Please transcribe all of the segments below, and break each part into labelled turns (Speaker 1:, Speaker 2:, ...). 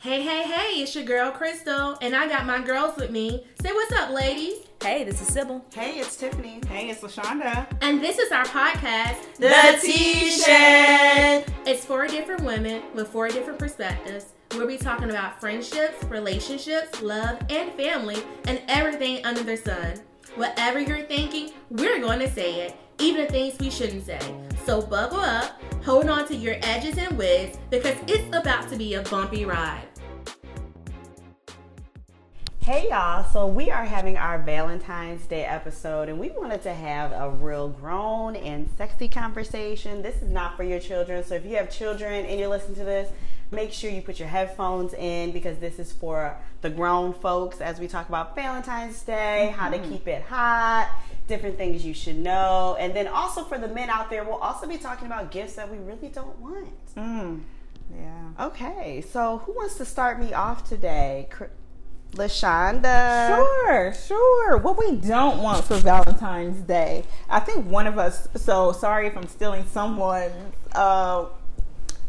Speaker 1: Hey, hey, hey, it's your girl Crystal, and I got my girls with me. Say what's up, ladies.
Speaker 2: Hey, this is Sybil.
Speaker 3: Hey, it's Tiffany.
Speaker 4: Hey, it's LaShonda.
Speaker 1: And this is our podcast,
Speaker 3: The T Shed.
Speaker 1: It's four different women with four different perspectives. We'll be talking about friendships, relationships, love, and family, and everything under the sun. Whatever you're thinking, we're going to say it, even the things we shouldn't say. So buckle up, hold on to your edges and wigs, because it's about to be a bumpy ride.
Speaker 3: Hey, y'all. So, we are having our Valentine's Day episode, and we wanted to have a real grown and sexy conversation. This is not for your children. So, if you have children and you're listening to this, make sure you put your headphones in because this is for the grown folks as we talk about Valentine's Day, how to keep it hot, different things you should know. And then also for the men out there, we'll also be talking about gifts that we really don't want.
Speaker 4: Yeah.
Speaker 3: Uh, Okay, so who wants to start me off today? Cr- Lashonda.
Speaker 4: Sure, sure. What we don't want for Valentine's Day, I think one of us. So sorry if I'm stealing someone's uh,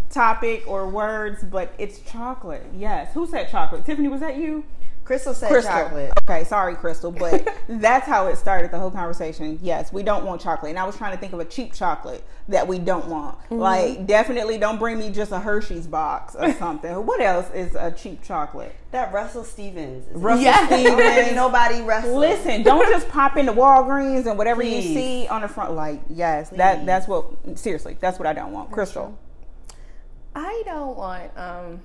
Speaker 4: topic or words, but it's chocolate. Yes. Who said chocolate? Tiffany, was that you?
Speaker 3: Crystal said chocolate.
Speaker 4: Okay, sorry, Crystal, but that's how it started the whole conversation. Yes, we don't want chocolate. And I was trying to think of a cheap chocolate that we don't want.
Speaker 3: Mm-hmm.
Speaker 4: Like, definitely don't bring me just a Hershey's box or something. what else is a cheap chocolate?
Speaker 3: That Russell Stevens. is-
Speaker 4: Russell
Speaker 3: Yes.
Speaker 4: Stevens.
Speaker 3: Okay, nobody Russell.
Speaker 4: Listen, don't just pop into Walgreens and whatever
Speaker 3: Please.
Speaker 4: you see on the front. Like, yes,
Speaker 3: Please.
Speaker 4: that that's what. Seriously, that's what I don't want. Crystal,
Speaker 5: I don't want um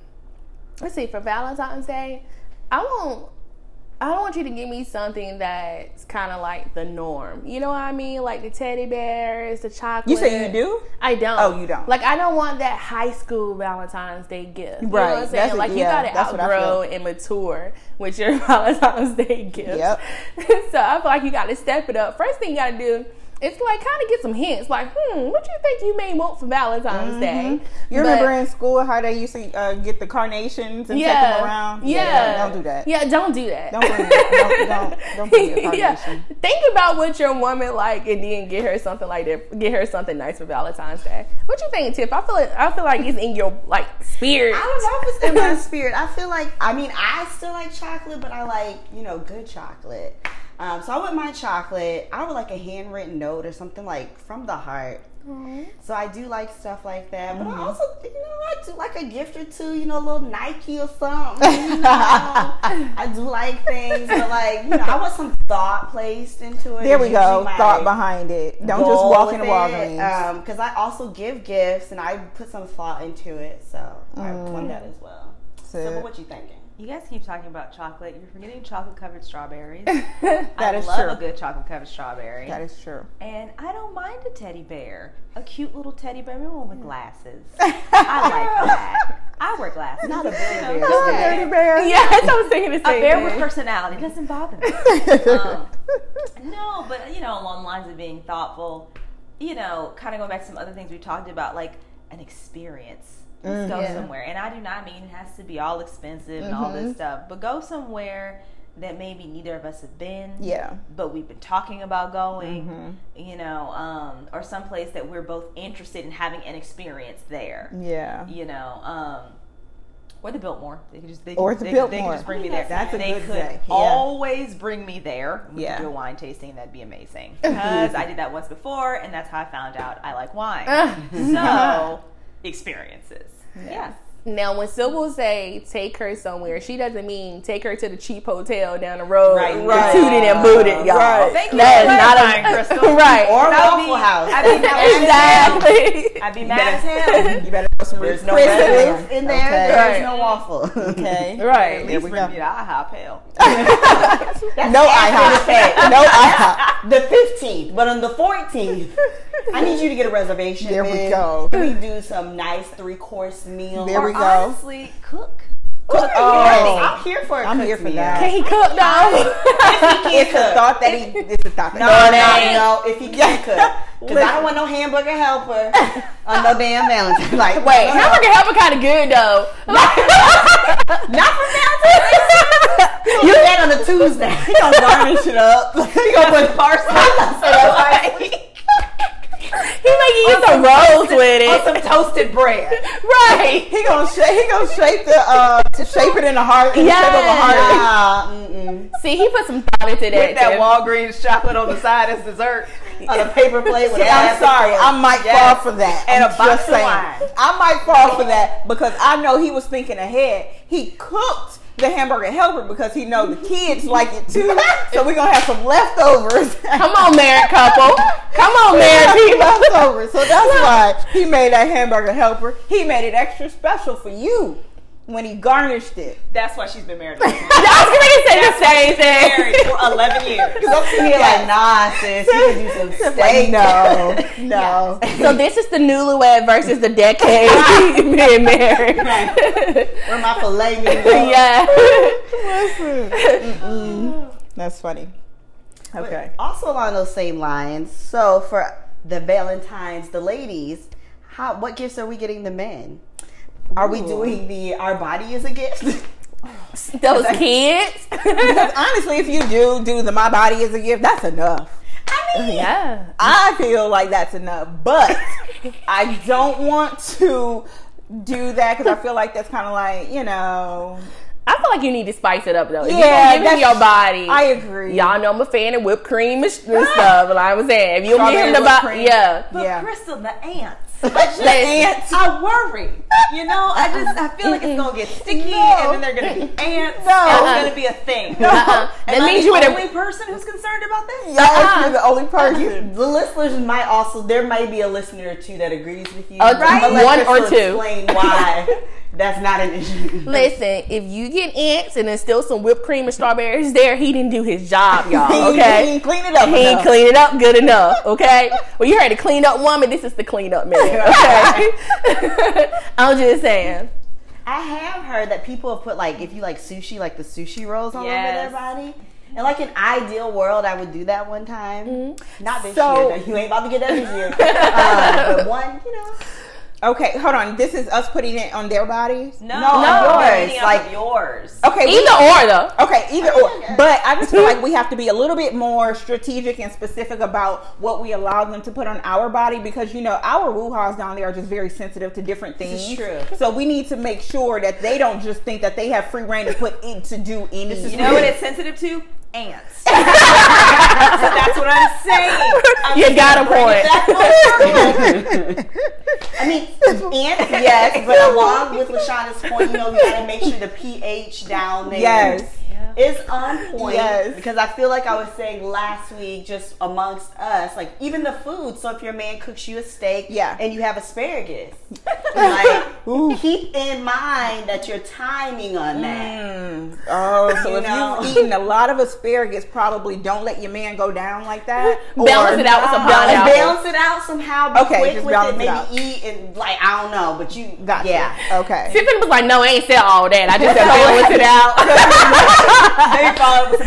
Speaker 5: let's see for Valentine's Day, I won't I don't want you to give me something that's kind of like the norm. You know what I mean? Like the teddy bears, the chocolate.
Speaker 4: you say you do.
Speaker 5: I don't.
Speaker 4: Oh, you don't.
Speaker 5: Like I don't want that high school Valentine's Day gift. You know
Speaker 4: Right.
Speaker 5: what I'm saying?
Speaker 4: That's a-
Speaker 5: like you
Speaker 4: yeah,
Speaker 5: gotta
Speaker 4: that's what I
Speaker 5: outgrow and mature with your Valentine's Day gifts.
Speaker 4: Yep.
Speaker 5: so I feel like you gotta step it up. First thing you gotta do is like kind of get some hints. Like, hmm, what you think you may want for Valentine's
Speaker 4: Mm-hmm.
Speaker 5: Day?
Speaker 4: You
Speaker 5: But-
Speaker 4: remember in school how they used to uh, get the carnations and take them around?
Speaker 5: Yeah.
Speaker 4: Don't do that.
Speaker 5: Yeah, don't do that.
Speaker 4: Don't bring it. Don't, don't, don't bring it.
Speaker 5: yeah.
Speaker 4: Carnation.
Speaker 5: Think about what your woman like and then get her something like that. Get her something nice for Valentine's Day. What you think, Tiff? I feel it, I feel like it's in your like spirit.
Speaker 3: I don't know if it's in my spirit. I feel like, I mean, I still like chocolate, but I like, you know, good chocolate. Um, so I wouldn't mind chocolate. I would like a handwritten note or something like from the heart. So I do like stuff like that.
Speaker 4: Mm-hmm.
Speaker 3: But I also, you know, I do like a gift or two, you know, a little Nike or something. You know? I do like things, but like, you know, I want some thought placed into it.
Speaker 4: There we
Speaker 3: It's usually
Speaker 4: go.
Speaker 3: my
Speaker 4: Thought behind it. Don't just
Speaker 3: goal
Speaker 4: walk
Speaker 3: with
Speaker 4: into
Speaker 3: it,
Speaker 4: Walgreens.
Speaker 3: Um, because I also give gifts and I put some thought into it, so
Speaker 4: Mm.
Speaker 3: I want that as well. So,
Speaker 4: So-
Speaker 3: but what you thinking?
Speaker 6: You guys keep talking about chocolate. You're forgetting chocolate covered strawberries.
Speaker 4: That
Speaker 6: I
Speaker 4: is
Speaker 6: love
Speaker 4: true.
Speaker 6: a good chocolate covered strawberry.
Speaker 4: that is true.
Speaker 6: And I don't mind a teddy bear. A cute little teddy bear, maybe one with glasses. I like that. I wear glasses.
Speaker 3: Not a
Speaker 6: bear.
Speaker 3: bear.
Speaker 4: Dirty bear.
Speaker 5: yeah, that's what I was thinking the
Speaker 6: A
Speaker 5: same
Speaker 6: bear with
Speaker 5: thing.
Speaker 6: personality doesn't bother me. Um, no, but you know, along the lines of being thoughtful, you know, kind of going back to some other things we talked about, like an experience. Let's go somewhere, and I do not mean it has to be all expensive and all this stuff, but go somewhere that maybe neither of us have been.
Speaker 4: Yeah.
Speaker 6: But we've been talking about going, you know, um, or someplace that we're both interested in having an experience there.
Speaker 4: Yeah.
Speaker 6: You know, um, or the Biltmore. They could just they
Speaker 4: Or
Speaker 6: could,
Speaker 4: the
Speaker 6: they, could- they
Speaker 4: Biltmore.
Speaker 6: could just bring me there.
Speaker 4: That's a
Speaker 6: they
Speaker 4: good
Speaker 6: could
Speaker 4: day, yeah.
Speaker 6: always bring me there. We
Speaker 4: Yeah.
Speaker 6: could do a wine tasting. That'd be amazing. Because I did that once before, and that's how I found out I like wine. so experiences. Yeah.
Speaker 5: Now, when Sybil say take her somewhere, she doesn't mean take her to the cheap hotel down the road,
Speaker 6: Right,
Speaker 5: with
Speaker 6: right.
Speaker 5: tooted and booted, y'all.
Speaker 4: Right.
Speaker 6: Thank you
Speaker 5: That
Speaker 6: for
Speaker 5: is not a-
Speaker 6: clarifying, Crystal.
Speaker 5: right.
Speaker 3: Or
Speaker 6: That would
Speaker 3: Waffle
Speaker 6: be-
Speaker 3: House.
Speaker 6: I'd be mad as hell.
Speaker 5: exactly.
Speaker 6: I'd be mad as hell.
Speaker 4: You better put some There's
Speaker 6: no
Speaker 3: Waffles in there.
Speaker 4: Okay.
Speaker 3: There's no waffle.
Speaker 4: Okay.
Speaker 5: Right.
Speaker 4: There
Speaker 6: Please
Speaker 4: we
Speaker 6: bring me
Speaker 4: go.
Speaker 6: to IHOP, hell.
Speaker 4: No IHOP. No IHOP.
Speaker 3: the 15th, but on the 14th, I need you to get a reservation.
Speaker 4: There we
Speaker 3: bitch.
Speaker 4: go.
Speaker 3: Can we do some nice three course meal?
Speaker 4: There we
Speaker 6: Or
Speaker 4: go.
Speaker 6: Honestly, cook.
Speaker 3: Cook-
Speaker 4: Oh.
Speaker 3: I'm here for. a
Speaker 4: I'm
Speaker 3: cooked
Speaker 4: here for
Speaker 3: meal.
Speaker 4: that.
Speaker 5: Can he cook though?
Speaker 3: If he can
Speaker 4: It's the
Speaker 3: cook.
Speaker 4: thought that he. It's the thought.
Speaker 3: No,
Speaker 4: that-
Speaker 3: no, no, if he can cook. Because I don't want no hamburger helper on no damn Valentine's. Like,
Speaker 5: Wait,
Speaker 3: no.
Speaker 5: hamburger helper kind of good though. Like,
Speaker 3: Not for Valentine's. You that on a Tuesday. He gonna garnish it up. He gonna put parsley.
Speaker 5: he make you
Speaker 4: you can roll with it.
Speaker 6: on some toasted bread.
Speaker 4: Right. He gonna shape. He gonna shape the uh, to shape it in a heart. In the shape of a heart.
Speaker 3: Nah, mm-mm.
Speaker 5: See, he put some thought into that.
Speaker 6: Put that
Speaker 5: Tiff.
Speaker 6: Walgreens chocolate on the side as dessert
Speaker 3: On a paper plate with a
Speaker 4: See, I'm
Speaker 3: glass of
Speaker 4: sorry.
Speaker 3: milk.
Speaker 4: I might
Speaker 6: Yes.
Speaker 4: fall for that.
Speaker 6: And
Speaker 4: I'm
Speaker 6: a box
Speaker 4: just
Speaker 6: of
Speaker 4: saying.
Speaker 6: wine.
Speaker 4: I might fall for that because I know he was thinking ahead. He cooked the hamburger helper because he know the kids like it too. so we're gonna have some leftovers.
Speaker 5: Come on, married couple. Come on, married
Speaker 4: He
Speaker 5: people.
Speaker 4: leftovers. So that's why he made that hamburger helper. He made it extra special for you when he garnished it.
Speaker 6: That's why she's been married. for
Speaker 5: I was gonna say the same
Speaker 6: Married
Speaker 5: thing.
Speaker 6: for eleven years.
Speaker 3: I'm sitting here like, nah, sis, you could do some steak.
Speaker 4: Like, no, no.
Speaker 5: So this is the newlywed versus the decade being married.
Speaker 3: Where my filet meat go?
Speaker 5: yeah.
Speaker 4: That's funny. Okay.
Speaker 3: Also along those same lines. So for the Valentines, the ladies, how what gifts are we getting the men? Are we doing the our body is a gift?
Speaker 5: Those kids.
Speaker 4: Because honestly, if you do do the my body is a gift, that's enough.
Speaker 5: yeah.
Speaker 4: I feel like that's enough, but I don't want to do that because I feel like that's kind of like you know.
Speaker 5: I feel like you need to spice it up though. If
Speaker 4: Yeah,
Speaker 5: you gonna give him
Speaker 4: that's-
Speaker 5: your body.
Speaker 4: I agree.
Speaker 5: Y'all know I'm a fan of whipped cream and, sh- and stuff. Like I was saying, if you don't give
Speaker 4: Strawberry
Speaker 5: him the
Speaker 4: whipped
Speaker 5: body,
Speaker 4: cream.
Speaker 5: yeah.
Speaker 6: But
Speaker 4: Yeah.
Speaker 6: Crystal, the ants.
Speaker 5: The ants.
Speaker 6: I worry. You know, I just I feel like it's gonna get sticky, and then they're gonna be ants. No,
Speaker 4: Uh-uh.
Speaker 6: it's gonna be a thing.
Speaker 5: Uh-uh.
Speaker 6: And
Speaker 5: That
Speaker 6: I'm
Speaker 5: means
Speaker 6: the
Speaker 5: you would
Speaker 6: only
Speaker 5: have.
Speaker 6: person who's concerned about this.
Speaker 4: Yes,
Speaker 3: Ah.
Speaker 4: you're the only person.
Speaker 3: the listeners might also there might be a listener or two that agrees with you.
Speaker 5: Uh,
Speaker 3: I'll let
Speaker 5: one or
Speaker 3: Crystal
Speaker 5: two.
Speaker 3: Explain why that's not an issue.
Speaker 5: Listen, if you get ants and there's still some whipped cream and strawberries there, he didn't do his job, y'all.
Speaker 4: He-
Speaker 5: Okay.
Speaker 4: he didn't clean it up.
Speaker 5: He ain't
Speaker 4: enough.
Speaker 5: clean it up good enough, okay? well, you heard a cleaned up woman. This is the clean up man, okay? I'm just saying.
Speaker 3: I have heard that people have put like if you like sushi, like the sushi rolls all
Speaker 6: Yes.
Speaker 3: over their body. And like an ideal world, I would do that one time.
Speaker 5: Mm-hmm.
Speaker 3: Not this
Speaker 4: So-
Speaker 3: year. No, you ain't about to get that this year. uh, but one, you know,
Speaker 4: Okay, hold on. This is us putting it on their bodies.
Speaker 6: No,
Speaker 3: No.
Speaker 6: yours,
Speaker 3: yours,
Speaker 6: like
Speaker 3: like-
Speaker 6: yours.
Speaker 4: Okay. we-
Speaker 5: Either or, though.
Speaker 4: Okay, either or. But I just feel like we have to be a little bit more strategic and specific about what we allow them to put on our body because you know our woo-haws down there are just very sensitive to different things.
Speaker 3: is true.
Speaker 4: So we need to make sure that they don't just think that they have free reign to put in to do any.
Speaker 6: You know what it's sensitive to? Ants. so that's what I'm saying. I'm
Speaker 5: you
Speaker 6: just
Speaker 5: got a
Speaker 6: gonna bring it
Speaker 5: point.
Speaker 6: back full circle.
Speaker 3: I mean, and yes, but along with Lashana's point, you know, we gotta make sure the pH down there is
Speaker 4: Yes.
Speaker 3: on point.
Speaker 4: Yes.
Speaker 3: Because I feel like I was saying last week, just amongst us, like even the food. So if your man cooks you a steak
Speaker 4: Yeah.
Speaker 3: and you have asparagus, like keep in mind that you're timing on that.
Speaker 4: Mm. Oh, so
Speaker 3: You
Speaker 4: if
Speaker 3: know.
Speaker 4: you've eaten a lot of asparagus, probably don't let your man go down like that.
Speaker 5: Balance it out with some
Speaker 3: Balance,
Speaker 5: pineapple.
Speaker 3: balance it out somehow. Be
Speaker 4: Okay,
Speaker 3: quick
Speaker 4: just
Speaker 3: with
Speaker 4: balance
Speaker 3: it.
Speaker 4: it
Speaker 3: Maybe
Speaker 4: out.
Speaker 3: eat and like I don't know, but you
Speaker 4: Gotcha.
Speaker 3: yeah.
Speaker 4: Okay.
Speaker 5: Tiffany was like, no, I ain't said all that. I just said balance it out.
Speaker 6: They follow with the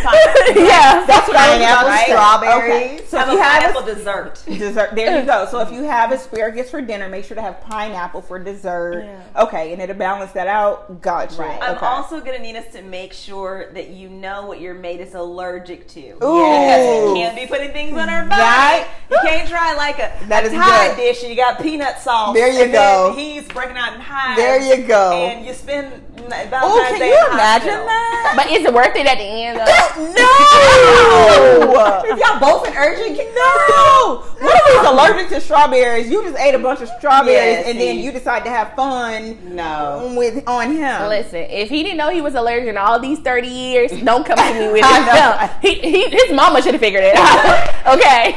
Speaker 6: pineapple.
Speaker 5: yeah.
Speaker 4: That's what I was
Speaker 3: Pineapple,
Speaker 4: about to say.
Speaker 3: strawberries.
Speaker 4: Okay. So if
Speaker 6: Have
Speaker 4: you
Speaker 6: a
Speaker 4: have
Speaker 6: pineapple dessert.
Speaker 4: dessert. There you go. So if you have asparagus for dinner, make sure to have pineapple for dessert. Okay, and it'll balance that out. Gotcha.
Speaker 3: Right.
Speaker 6: I'm
Speaker 4: Okay.
Speaker 6: also gonna need us to make sure that you know what your mate is allergic to.
Speaker 4: Ooh.
Speaker 6: Because you can't be putting things on our body.
Speaker 4: That-
Speaker 6: You can't try like a,
Speaker 4: That
Speaker 6: a
Speaker 4: is
Speaker 6: Thai
Speaker 4: good.
Speaker 6: dish and you got peanut sauce.
Speaker 4: There you
Speaker 6: and then
Speaker 4: go.
Speaker 6: he's breaking out in hives.
Speaker 4: There you go.
Speaker 6: And you spend Valentine's
Speaker 4: Oh, can
Speaker 6: Day
Speaker 4: you
Speaker 6: in the
Speaker 4: imagine
Speaker 6: hospital.
Speaker 4: that?
Speaker 5: But is it worth it at the end, though?
Speaker 4: No.
Speaker 3: If y'all both an urgent, get
Speaker 4: No. What if he's allergic to strawberries? You just ate a bunch of strawberries,
Speaker 3: Yeah,
Speaker 4: and then
Speaker 3: see.
Speaker 4: you decide to have fun
Speaker 3: No.
Speaker 4: with on him.
Speaker 5: Listen, if he didn't know he was allergic in all these 30 years, don't come to me with
Speaker 4: I
Speaker 5: it.
Speaker 4: know.
Speaker 5: No, he, he, his mama should have figured it out. okay.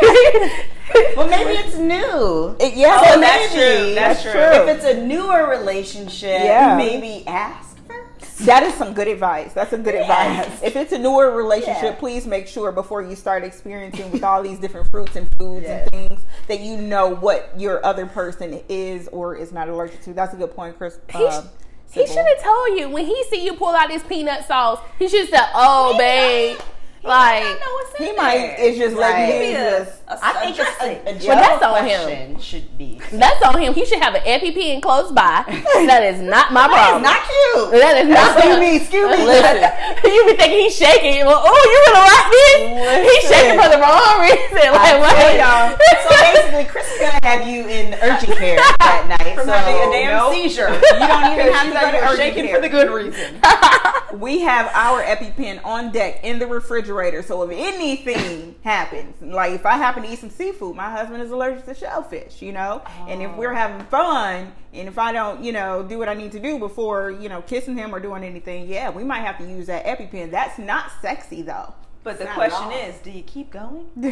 Speaker 3: Well, maybe it's new.
Speaker 4: It- yeah,
Speaker 6: Oh,
Speaker 4: so maybe.
Speaker 6: that's true. That's true.
Speaker 3: If it's a newer relationship,
Speaker 4: Yeah.
Speaker 3: maybe ask first.
Speaker 4: That is some good advice. That's some good advice. If it's a newer relationship,
Speaker 3: Yeah.
Speaker 4: please make sure before you start experiencing with all these different fruits and foods and things that you know what your other person is or is not allergic to. That's a good point, Chris.
Speaker 5: He
Speaker 4: uh,
Speaker 5: sh- He
Speaker 4: Sybil.
Speaker 5: should have told you when he see you pull out his peanut sauce. He should have said, "Oh, babe, like
Speaker 6: I know what's in
Speaker 4: He might
Speaker 6: there.
Speaker 4: is just letting
Speaker 3: Right.
Speaker 4: you
Speaker 6: Maybe a,
Speaker 4: just
Speaker 6: a,
Speaker 3: I think
Speaker 6: address
Speaker 3: a,
Speaker 6: it.
Speaker 3: a general
Speaker 5: that's on him.
Speaker 3: question should be.
Speaker 5: That's on him. He should have an EpiPen close by. That is not my problem.
Speaker 3: Not cute.
Speaker 5: that is not
Speaker 3: Excuse me. Excuse me.
Speaker 5: Listen, you be thinking he's shaking. Well, oh, you really like this? He's shaking for the wrong reason. Like, what?
Speaker 3: Hey y'all. So basically, Chris is gonna have you in urgent care that night.
Speaker 6: From
Speaker 3: so
Speaker 6: having a damn
Speaker 3: nope.
Speaker 6: seizure. You don't even have to
Speaker 4: You
Speaker 6: go
Speaker 4: go to
Speaker 6: to
Speaker 4: urgent
Speaker 6: shaking
Speaker 4: care.
Speaker 6: for the good reason.
Speaker 4: We have our EpiPen on deck in the refrigerator, so if anything happens, like if I happen to eat some seafood, my husband is allergic to shellfish, you know. And if we're having fun, and if I don't, you know, do what I need to do before, you know, kissing him or doing anything, yeah, we might have to use that EpiPen. That's not sexy though.
Speaker 6: But the
Speaker 3: Not at
Speaker 6: question
Speaker 3: all.
Speaker 6: is, do you keep going?
Speaker 3: No.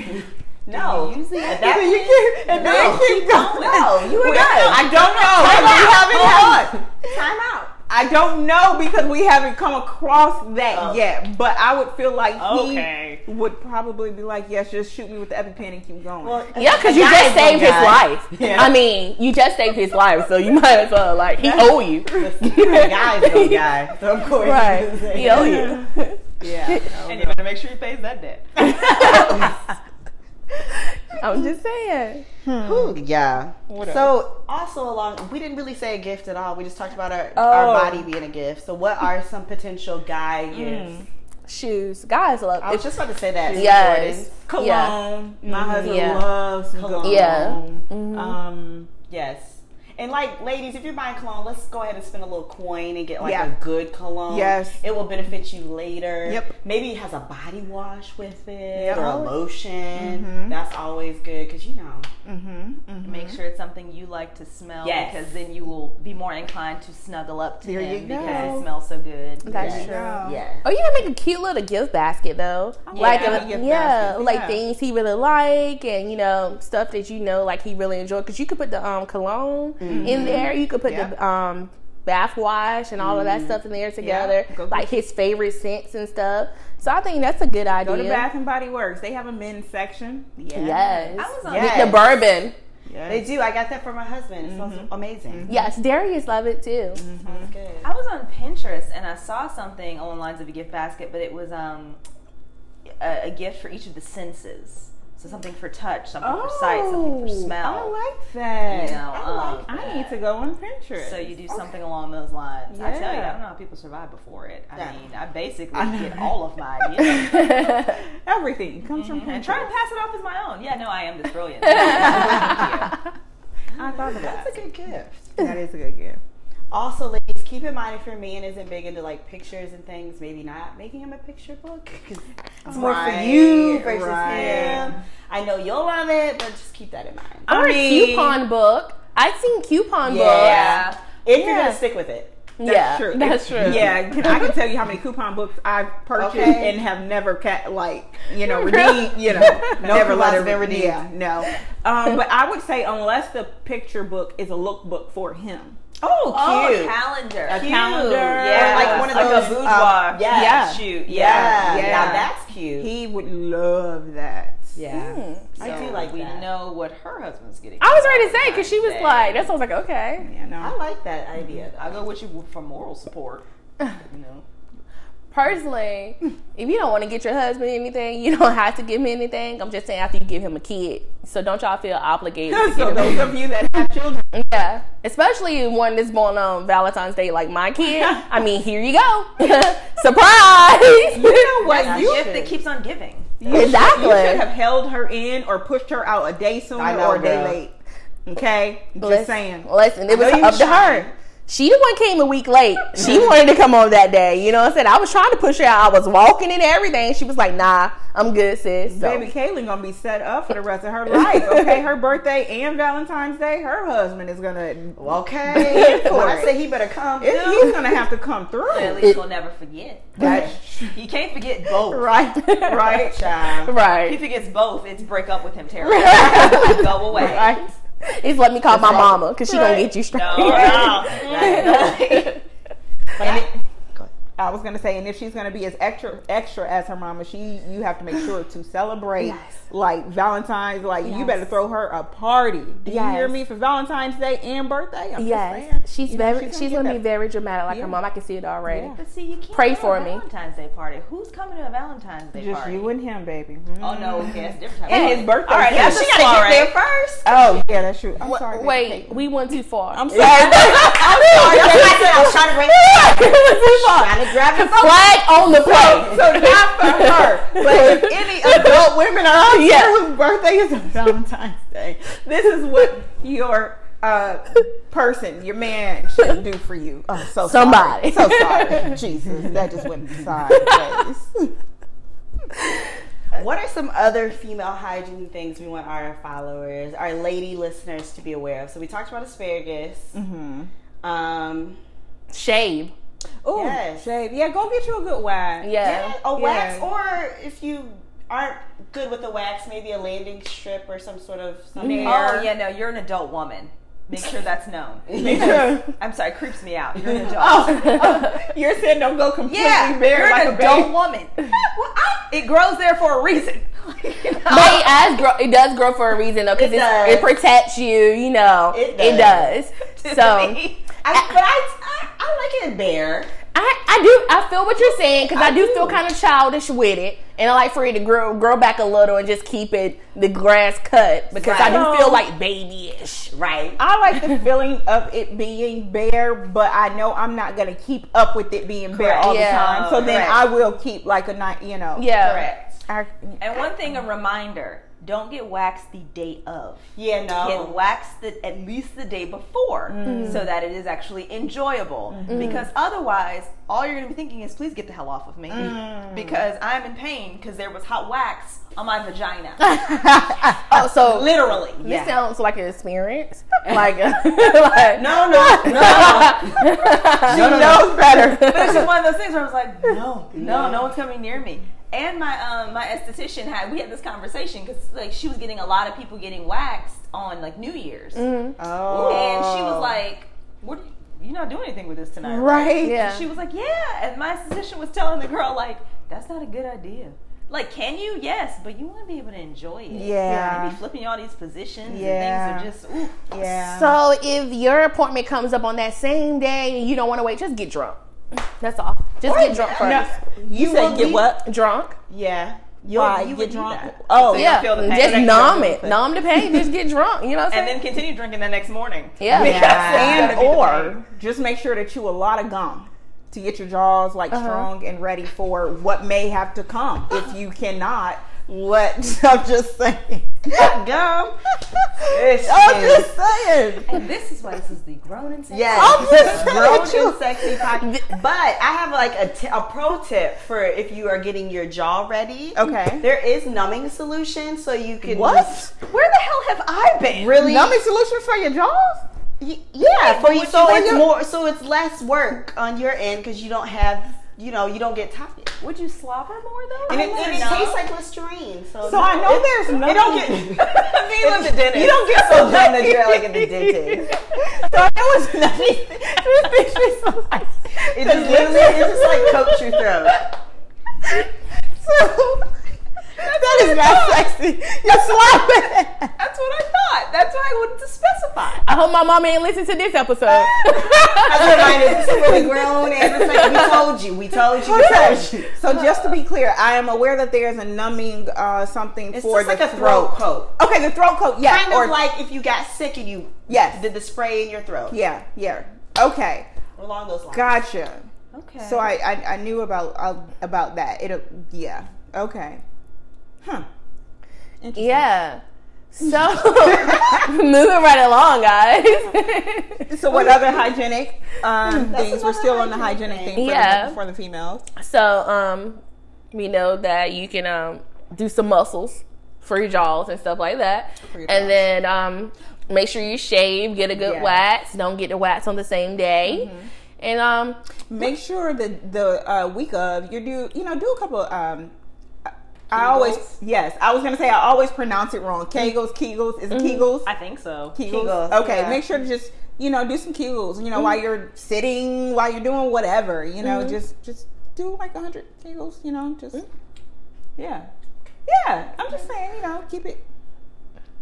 Speaker 6: No.
Speaker 3: At
Speaker 4: And then
Speaker 3: that
Speaker 4: you keep, and then
Speaker 3: No.
Speaker 4: you keep going.
Speaker 6: No, you
Speaker 4: Well,
Speaker 6: were good.
Speaker 4: I don't know. because we haven't had-
Speaker 3: time out.
Speaker 4: I don't know because we haven't come across that
Speaker 6: Oh.
Speaker 4: yet. But I would feel like
Speaker 6: Okay.
Speaker 4: he would probably be like, "Yes, just shoot me with the EpiPen and keep going."
Speaker 6: Well,
Speaker 5: Yeah, because you
Speaker 3: Guys
Speaker 5: just
Speaker 3: don't
Speaker 5: saved his
Speaker 3: guys.
Speaker 5: life.
Speaker 4: Yeah.
Speaker 5: I mean, you just saved his life, so you might as well like he owe you.
Speaker 3: Listen, guys don't die. So of course.
Speaker 5: Right, he owe you.
Speaker 3: Yeah.
Speaker 6: and you better make sure you pays that debt.
Speaker 5: I'm just saying.
Speaker 3: Ooh, yeah. So also along, we didn't really say a gift at all. We just talked about our,
Speaker 5: Oh.
Speaker 3: our body being a gift. So what are some potential guy
Speaker 5: Hmm.
Speaker 3: gifts?
Speaker 5: Shoes, guys love.
Speaker 3: I was just about to say that.
Speaker 5: yes,
Speaker 4: cologne.
Speaker 5: yeah.
Speaker 4: My husband
Speaker 5: Yeah.
Speaker 4: loves cologne.
Speaker 5: Yeah. Mm-hmm.
Speaker 3: Mm-hmm.
Speaker 4: Um,
Speaker 3: Yes. And like, ladies, if you're buying cologne, let's go ahead and spend a little coin and get like
Speaker 4: Yeah.
Speaker 3: a good cologne.
Speaker 4: Yes.
Speaker 3: it will benefit you later.
Speaker 4: Yep.
Speaker 3: Maybe it has a body wash with it
Speaker 4: Yep.
Speaker 3: or a lotion. That's always good because you know.
Speaker 4: Mm-hmm.
Speaker 6: Make sure it's something you like to smell
Speaker 3: Yes.
Speaker 6: because then you will be more inclined to snuggle up to
Speaker 4: There
Speaker 6: him
Speaker 4: you
Speaker 6: because
Speaker 4: go.
Speaker 6: it smells so good.
Speaker 5: That's
Speaker 3: Yes.
Speaker 5: true.
Speaker 4: Yeah.
Speaker 3: Yes.
Speaker 5: Oh, you can make a cute little gift basket though. like
Speaker 6: yeah,
Speaker 5: a-
Speaker 4: gift
Speaker 5: yeah,
Speaker 4: basket,
Speaker 5: like
Speaker 4: yeah.
Speaker 5: things he really like, and you know stuff that you know like he really enjoy. Because you could put the um cologne
Speaker 4: Mm-hmm.
Speaker 5: in there. You could put
Speaker 4: Yep.
Speaker 5: the um bath wash and all of that stuff in there together,
Speaker 4: Mm-hmm. Go get-
Speaker 5: like his favorite scents and stuff. So I think that's a good idea.
Speaker 4: go to Bath and Body Works. They have a men's section. Yeah.
Speaker 5: Yes.
Speaker 6: I was on
Speaker 3: Yes.
Speaker 5: The bourbon.
Speaker 4: Yes.
Speaker 3: They do. I got that for my husband. It smells amazing.
Speaker 5: Yes, Darius love it too.
Speaker 4: Mm-hmm.
Speaker 3: Smells good.
Speaker 6: I was on Pinterest and I saw something along the lines of a gift basket, but it was um a, a gift for each of the senses. So something for touch, something for sight, something for
Speaker 4: Oh,
Speaker 6: smell.
Speaker 4: I like that.
Speaker 6: You know,
Speaker 4: I,
Speaker 6: um,
Speaker 4: like I need to go on Pinterest.
Speaker 6: So you do something along those lines. I tell you, I
Speaker 4: Yeah.
Speaker 6: don't know how people survive before it. I
Speaker 3: Yeah.
Speaker 6: mean, I basically get all of my ideas
Speaker 4: Mm-hmm. Everything comes from Pinterest.
Speaker 6: and try and pass it off as my own. Yeah, no, I am this brilliant. Thank you.
Speaker 4: I thought of that.
Speaker 3: That's a good gift.
Speaker 4: That is a good gift.
Speaker 3: Also, ladies, keep in mind if your man isn't big into like pictures and things, maybe not making him a picture book. 'cause It's more for
Speaker 4: Right,
Speaker 3: you versus
Speaker 4: right.
Speaker 3: him. I know you'll love it, but just keep that in mind.
Speaker 4: I
Speaker 5: Or a
Speaker 4: mean-
Speaker 5: coupon book. I've seen coupon
Speaker 3: Yeah.
Speaker 5: books.
Speaker 3: If you're
Speaker 5: Yeah.
Speaker 3: gonna stick with it.
Speaker 5: yeah,
Speaker 4: true.
Speaker 5: that's true.
Speaker 4: Yeah, I can tell you how many coupon books I've purchased
Speaker 3: Okay.
Speaker 4: and have never cat like you know
Speaker 5: Really?
Speaker 4: redeemed. You know, never let it redeemed. Yeah, no. Um, but I would say unless the picture book is a lookbook for him,
Speaker 3: Oh,
Speaker 6: Oh,
Speaker 3: cute.
Speaker 6: a calendar.
Speaker 4: a
Speaker 6: Cute.
Speaker 4: calendar,
Speaker 3: Or
Speaker 6: Yeah.
Speaker 3: like one of
Speaker 6: Like a
Speaker 3: those
Speaker 6: boudoir.
Speaker 3: um, yeah.
Speaker 4: uh, Yeah.
Speaker 6: Shoot.
Speaker 3: Yeah.
Speaker 6: Yeah.
Speaker 4: Yeah.
Speaker 3: Now that's cute.
Speaker 4: he would love that.
Speaker 3: yeah. I
Speaker 6: So
Speaker 3: do like
Speaker 6: we
Speaker 3: that.
Speaker 6: know what her husband's getting.
Speaker 5: I was ready to say because she was like, that's. I was like, okay.
Speaker 4: You know,
Speaker 3: I like that idea.
Speaker 6: I'll go with you for moral support. You know.
Speaker 5: personally, if you don't want to get your husband anything, you don't have to give him anything. I'm just saying after you give him a kid. So don't y'all feel obligated to
Speaker 4: so
Speaker 5: give him
Speaker 4: those of you that have children,
Speaker 5: Yeah. Especially one that's born on Valentine's Day like my kid. I mean, here you go. Surprise!
Speaker 4: you know what
Speaker 6: That's
Speaker 4: you
Speaker 6: a gift that keeps on giving.
Speaker 4: You should-
Speaker 5: Exactly.
Speaker 4: You should have held her in or pushed her out a day
Speaker 3: I
Speaker 4: sooner
Speaker 3: know,
Speaker 4: or a day
Speaker 3: girl. Oh,
Speaker 4: late. Okay? Just saying.
Speaker 5: Listen, it was
Speaker 3: know you
Speaker 5: up to
Speaker 3: shy.
Speaker 5: her. She the one came a week late. She wanted to come on that day. You know what I'm saying? I was trying to push her out. I was walking and everything. She was like, nah, I'm good, sis. So.
Speaker 4: Baby Kaylin gonna be set up for the rest of her life. Okay, her birthday and Valentine's Day, her husband is gonna
Speaker 3: Okay.
Speaker 4: For
Speaker 3: when I
Speaker 4: it.
Speaker 3: say he better come,
Speaker 4: it- he's gonna have to come
Speaker 6: At
Speaker 4: through.
Speaker 6: least we'll never forget.
Speaker 4: That's
Speaker 6: You can't forget both.
Speaker 4: right, right,
Speaker 3: child.
Speaker 6: If he
Speaker 5: Right.
Speaker 6: forgets both, it's break up with him terribly. Go away.
Speaker 4: right.
Speaker 5: It's let me call my mama because she gonna get you straight.
Speaker 6: No, no.
Speaker 3: Right. But I mean-
Speaker 4: I was gonna say, and if she's gonna be as extra extra as her mama, she you have to make sure to celebrate
Speaker 5: Yes.
Speaker 4: like Valentine's. Like you
Speaker 5: Yes.
Speaker 4: better throw her a party. Do you hear
Speaker 5: Yes.
Speaker 4: me for Valentine's Day and birthday? I'm just saying.
Speaker 5: Yes, she's
Speaker 4: You know,
Speaker 5: very. She's,
Speaker 4: get
Speaker 5: gonna
Speaker 4: that-
Speaker 5: be very dramatic, like
Speaker 4: Yeah.
Speaker 5: her mom. I can see it already.
Speaker 4: Yeah.
Speaker 6: But see, you can't
Speaker 5: Pray
Speaker 6: have
Speaker 5: for
Speaker 6: a
Speaker 5: me.
Speaker 6: Valentine's Day party. Who's coming to a Valentine's Day
Speaker 4: just
Speaker 6: party?
Speaker 4: you and him, baby. Mm-hmm.
Speaker 6: oh no, okay, it's a different time.
Speaker 4: And his birthday.
Speaker 6: All right,
Speaker 4: Yeah,
Speaker 6: now
Speaker 4: she
Speaker 6: she gotta
Speaker 4: gotta
Speaker 6: get there first.
Speaker 4: Oh yeah, that's true. I'm sorry. baby.
Speaker 5: Wait, we went too far.
Speaker 4: I'm sorry.
Speaker 3: I was trying to bring trying to grab your phone.
Speaker 5: flag on the plate.
Speaker 4: so not for her, but if any adult women are out
Speaker 5: Yes.
Speaker 4: there whose birthday is on Valentine's Day, this is what your uh, person, your man, should do for you. Oh, so sorry.
Speaker 5: Somebody.
Speaker 4: so sorry, Jesus, that just went sideways.
Speaker 3: What are some other female hygiene things we want our followers, our lady listeners, to be aware of? So we talked about asparagus. Um,
Speaker 5: Shave.
Speaker 4: Oh,
Speaker 3: Yes.
Speaker 4: shave. Yeah, go get you a good wag.
Speaker 5: Yeah.
Speaker 3: a wax,
Speaker 4: Yeah.
Speaker 3: or if you aren't good with the wax, maybe a landing strip or some sort of something.
Speaker 6: Oh yeah, no, you're an adult woman. Make sure that's known.
Speaker 4: Because
Speaker 6: I'm sorry, it creeps me out. You're an
Speaker 3: Oh,
Speaker 6: adult.
Speaker 4: you're saying don't go completely
Speaker 6: yeah,
Speaker 4: bare
Speaker 6: you're
Speaker 4: like
Speaker 6: an
Speaker 4: a baby.
Speaker 6: adult woman. well, I, it grows there for a reason. You know?
Speaker 5: But Oh, it, does grow, it does grow for a reason though, because
Speaker 3: It
Speaker 5: it,
Speaker 3: does.
Speaker 5: it protects you. You know,
Speaker 3: It does.
Speaker 5: does. So
Speaker 6: Me.
Speaker 3: I, but I, I, I like it bare.
Speaker 5: I, I do I feel what you're saying because I, do, feel kind of childish with it, and I like for you to grow grow back a little and just keep it the grass cut because I
Speaker 4: Right.
Speaker 5: do feel like babyish.
Speaker 3: Right.
Speaker 4: I like the feeling of it being bare, but I know I'm not gonna keep up with it being bare
Speaker 6: Correct.
Speaker 4: all
Speaker 5: Yeah.
Speaker 4: the time. So then
Speaker 6: Correct.
Speaker 4: I will keep like a night, you know.
Speaker 5: Yeah,
Speaker 6: Correct.
Speaker 4: I,
Speaker 6: And one thing, a reminder: don't get waxed the day of.
Speaker 3: Yeah.
Speaker 6: Get
Speaker 3: No.
Speaker 6: waxed the, at least the day before,
Speaker 3: Mm.
Speaker 6: so that it is actually enjoyable.
Speaker 3: Mm-hmm.
Speaker 6: Because otherwise, all you're going to be thinking is, "Please get the hell off of me,"
Speaker 3: Mm.
Speaker 6: because I'm in pain because there was hot wax on my vagina.
Speaker 5: Oh, so
Speaker 6: Literally.
Speaker 5: this sounds like an experience. like, like
Speaker 3: No. No. No.
Speaker 4: she knows better.
Speaker 6: But it's just one of those things where I was like, no, no, no one's coming near me. And my um, my esthetician had we had this conversation because like she was getting a lot of people getting waxed on like New Year's,
Speaker 3: Mm-hmm.
Speaker 4: Oh,
Speaker 6: and she was like, "What? You're not doing anything with this tonight,
Speaker 4: right?
Speaker 5: Yeah.
Speaker 6: She was like, "Yeah," and my esthetician was telling the girl like, "That's not a good idea." Like, can you? Yes, but you want to be able to enjoy it.
Speaker 4: Yeah.
Speaker 6: You be flipping all these positions
Speaker 4: Yeah.
Speaker 6: and things are just ooh.
Speaker 4: Yeah.
Speaker 5: So if your appointment comes up on that same day and you don't want to wait, just get drunk. That's all. Just get drunk first.
Speaker 4: No, you,
Speaker 3: will
Speaker 4: said get
Speaker 3: be-
Speaker 4: what?
Speaker 5: Drunk.
Speaker 3: Yeah.
Speaker 4: You'll,
Speaker 3: Why?
Speaker 4: you
Speaker 3: You
Speaker 4: get
Speaker 3: would do
Speaker 4: drunk.
Speaker 3: that.
Speaker 4: Oh,
Speaker 6: So you
Speaker 5: Yeah.
Speaker 6: feel the pain.
Speaker 5: Just
Speaker 6: Like,
Speaker 5: numb
Speaker 6: feel
Speaker 5: it. Numb the pain. Just get drunk. You know what I'm saying?
Speaker 6: And then continue drinking the next morning.
Speaker 5: yeah.
Speaker 4: and
Speaker 6: gotta be the
Speaker 4: or just make sure that you a lot of gum to get your jaws like strong and ready for what may have to come if you cannot let i'm just saying gum i'm just saying
Speaker 6: And this is why this is the grown and sexy.
Speaker 3: Yes.
Speaker 4: i'm just
Speaker 3: Grown
Speaker 4: saying
Speaker 3: and sexy podcast. But I have like a, t- a pro tip for if you are getting your jaw ready.
Speaker 4: Okay.
Speaker 3: There is numbing solution, so you can
Speaker 4: what
Speaker 6: Where the hell have I been?
Speaker 3: really
Speaker 4: numbing solutions for your jaws
Speaker 3: Y- yeah, for you. So
Speaker 4: you-
Speaker 3: it's
Speaker 4: you-
Speaker 3: more. So it's less work on your end because you don't have. You know, you don't get tired.
Speaker 6: Would you slobber more though?
Speaker 3: And it,
Speaker 6: I
Speaker 3: and
Speaker 6: don't
Speaker 3: it
Speaker 6: know.
Speaker 3: tastes like Listerine. So,
Speaker 4: so i know
Speaker 3: it-
Speaker 4: there's
Speaker 3: it don't
Speaker 4: nothing
Speaker 3: get. Neither
Speaker 6: of the dentists.
Speaker 3: You don't get so dumb that you're like at the dentist.
Speaker 4: so i know it's nothing
Speaker 3: It just literally, it just like coats your throat.
Speaker 4: so that is not sexy you're sloppy
Speaker 6: That's what I thought. That's why I wanted to specify.
Speaker 5: I hope my mom ain't listen to this episode.
Speaker 3: That's reminded us really grown and it's like we told you, we told you, we told you.
Speaker 4: Okay. So just to be clear, I am aware that there is a numbing uh, something
Speaker 3: It's
Speaker 4: for
Speaker 3: just
Speaker 4: the
Speaker 3: like a
Speaker 4: throat.
Speaker 3: throat coat.
Speaker 4: Okay, the throat coat. Yeah.
Speaker 3: Kind
Speaker 4: or,
Speaker 3: of like if you got sick and you
Speaker 4: yes.
Speaker 3: did the spray in your throat.
Speaker 4: yeah. Yeah. Okay.
Speaker 3: Along those lines.
Speaker 4: Gotcha.
Speaker 6: Okay.
Speaker 4: So I, I I knew about uh, about that. It yeah. Okay. Huh.
Speaker 5: yeah. So moving right along, guys.
Speaker 4: So what other hygienic um, things? We're
Speaker 3: another
Speaker 4: still on the
Speaker 3: hygienic
Speaker 4: hygienic thing for,
Speaker 5: Yeah.
Speaker 4: the, for the females.
Speaker 5: so um, we know that you can um do some muscles for your jaws and stuff like that,
Speaker 4: your jaws.
Speaker 5: and then um make sure you shave, get a good
Speaker 4: Yes.
Speaker 5: wax. Don't get the wax on the same day, and um
Speaker 4: make sure that the uh, week of you do you know do a couple um I- I always yes I was gonna say
Speaker 5: Mm. Mm-hmm.
Speaker 4: I always pronounce it wrong Kegels Kegels is it Kegels
Speaker 6: I think so.
Speaker 4: Kegels
Speaker 3: Kegels,
Speaker 4: okay
Speaker 3: yeah.
Speaker 4: make sure to just you know, do some kegels, you know,
Speaker 5: Mm-hmm.
Speaker 4: while you're sitting, while you're doing whatever, you know, just just do like a hundred kegels, you know,
Speaker 5: Mm.
Speaker 4: just yeah, yeah. I'm just saying, you know, keep it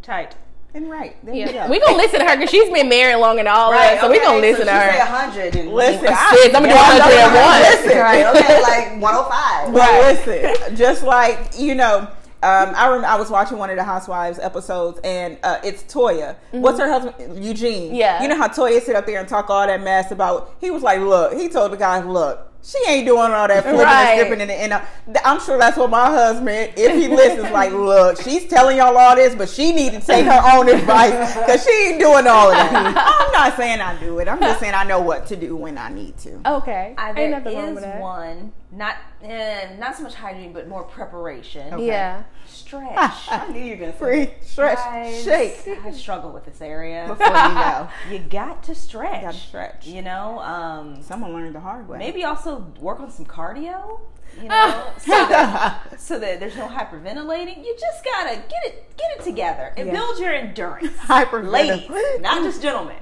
Speaker 6: Tight.
Speaker 4: in right. There you
Speaker 5: Yeah.
Speaker 4: go.
Speaker 5: We gonna listen to her because she's been married long and all that, so we gonna listen to her.
Speaker 3: Say 100 and
Speaker 4: Listen, I-
Speaker 5: Sis, I'm gonna do a hundred
Speaker 4: I'm gonna
Speaker 5: at once.
Speaker 4: listen.
Speaker 3: right? Okay, like 105.
Speaker 4: But listen, just like you know, um, I rem- I was watching one of the Housewives episodes, and uh, it's Toya. What's her husband? Eugene.
Speaker 5: Mm-hmm. Yeah.
Speaker 4: You know how Toya sit up there and talk all that mess about? He was like, "Look," he told the guys, "Look." She ain't doing all that flipping
Speaker 5: Right.
Speaker 4: and skipping in the end. I'm sure that's what my husband, if he listens, like, look, she's telling y'all all this, but she need to take her own advice because she ain't doing all of that. I'm not saying I do it. I'm just saying I know what to do when I need to.
Speaker 5: Okay.
Speaker 6: I,
Speaker 5: Ain't
Speaker 6: there
Speaker 5: nothing wrong with
Speaker 6: is
Speaker 5: that.
Speaker 6: one, not eh, not so much hygiene, but more preparation.
Speaker 5: Yeah.
Speaker 6: Stretch.
Speaker 3: I knew you were going to
Speaker 4: Free, stretch,
Speaker 6: Guys,
Speaker 4: shake.
Speaker 6: I struggle with this area.
Speaker 4: Before you go.
Speaker 6: You got to stretch.
Speaker 4: Gotta stretch.
Speaker 6: You know, um,
Speaker 4: Someone learned the hard way.
Speaker 6: maybe also work on some cardio. You know, so, that, so that there's no hyperventilating. You just gotta get it get it together and build your endurance,
Speaker 4: hyperventil-
Speaker 6: ladies, not just gentlemen.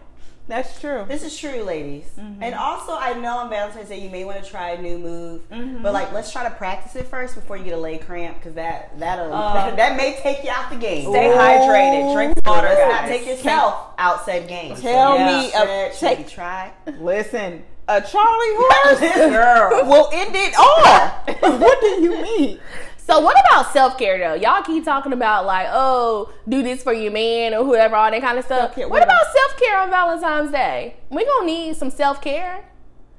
Speaker 4: That's true.
Speaker 3: This is true, ladies.
Speaker 4: Mm-hmm.
Speaker 3: And also, I know on Valentine's Day you may want to try a new move,
Speaker 4: Mm-hmm.
Speaker 3: but like let's try to practice it first before you get a leg cramp because that that'll that, that may take you out the game.
Speaker 6: Stay
Speaker 4: Oh. Ooh.
Speaker 6: hydrated, drink water,
Speaker 3: Let's
Speaker 6: guys.
Speaker 3: not take yourself out said game.
Speaker 4: Tell
Speaker 6: Yeah.
Speaker 4: me a
Speaker 3: Stretch, maybe
Speaker 4: take.
Speaker 3: try.
Speaker 4: Listen, a Charlie horse
Speaker 3: Girl,
Speaker 4: will end it all. what do you mean?
Speaker 5: So what about self care though? Y'all keep talking about like, oh, do this for your man or whoever, all that kind of stuff.
Speaker 4: Self-care,
Speaker 5: What,
Speaker 4: what
Speaker 5: about self care on Valentine's Day? We gonna need some self care.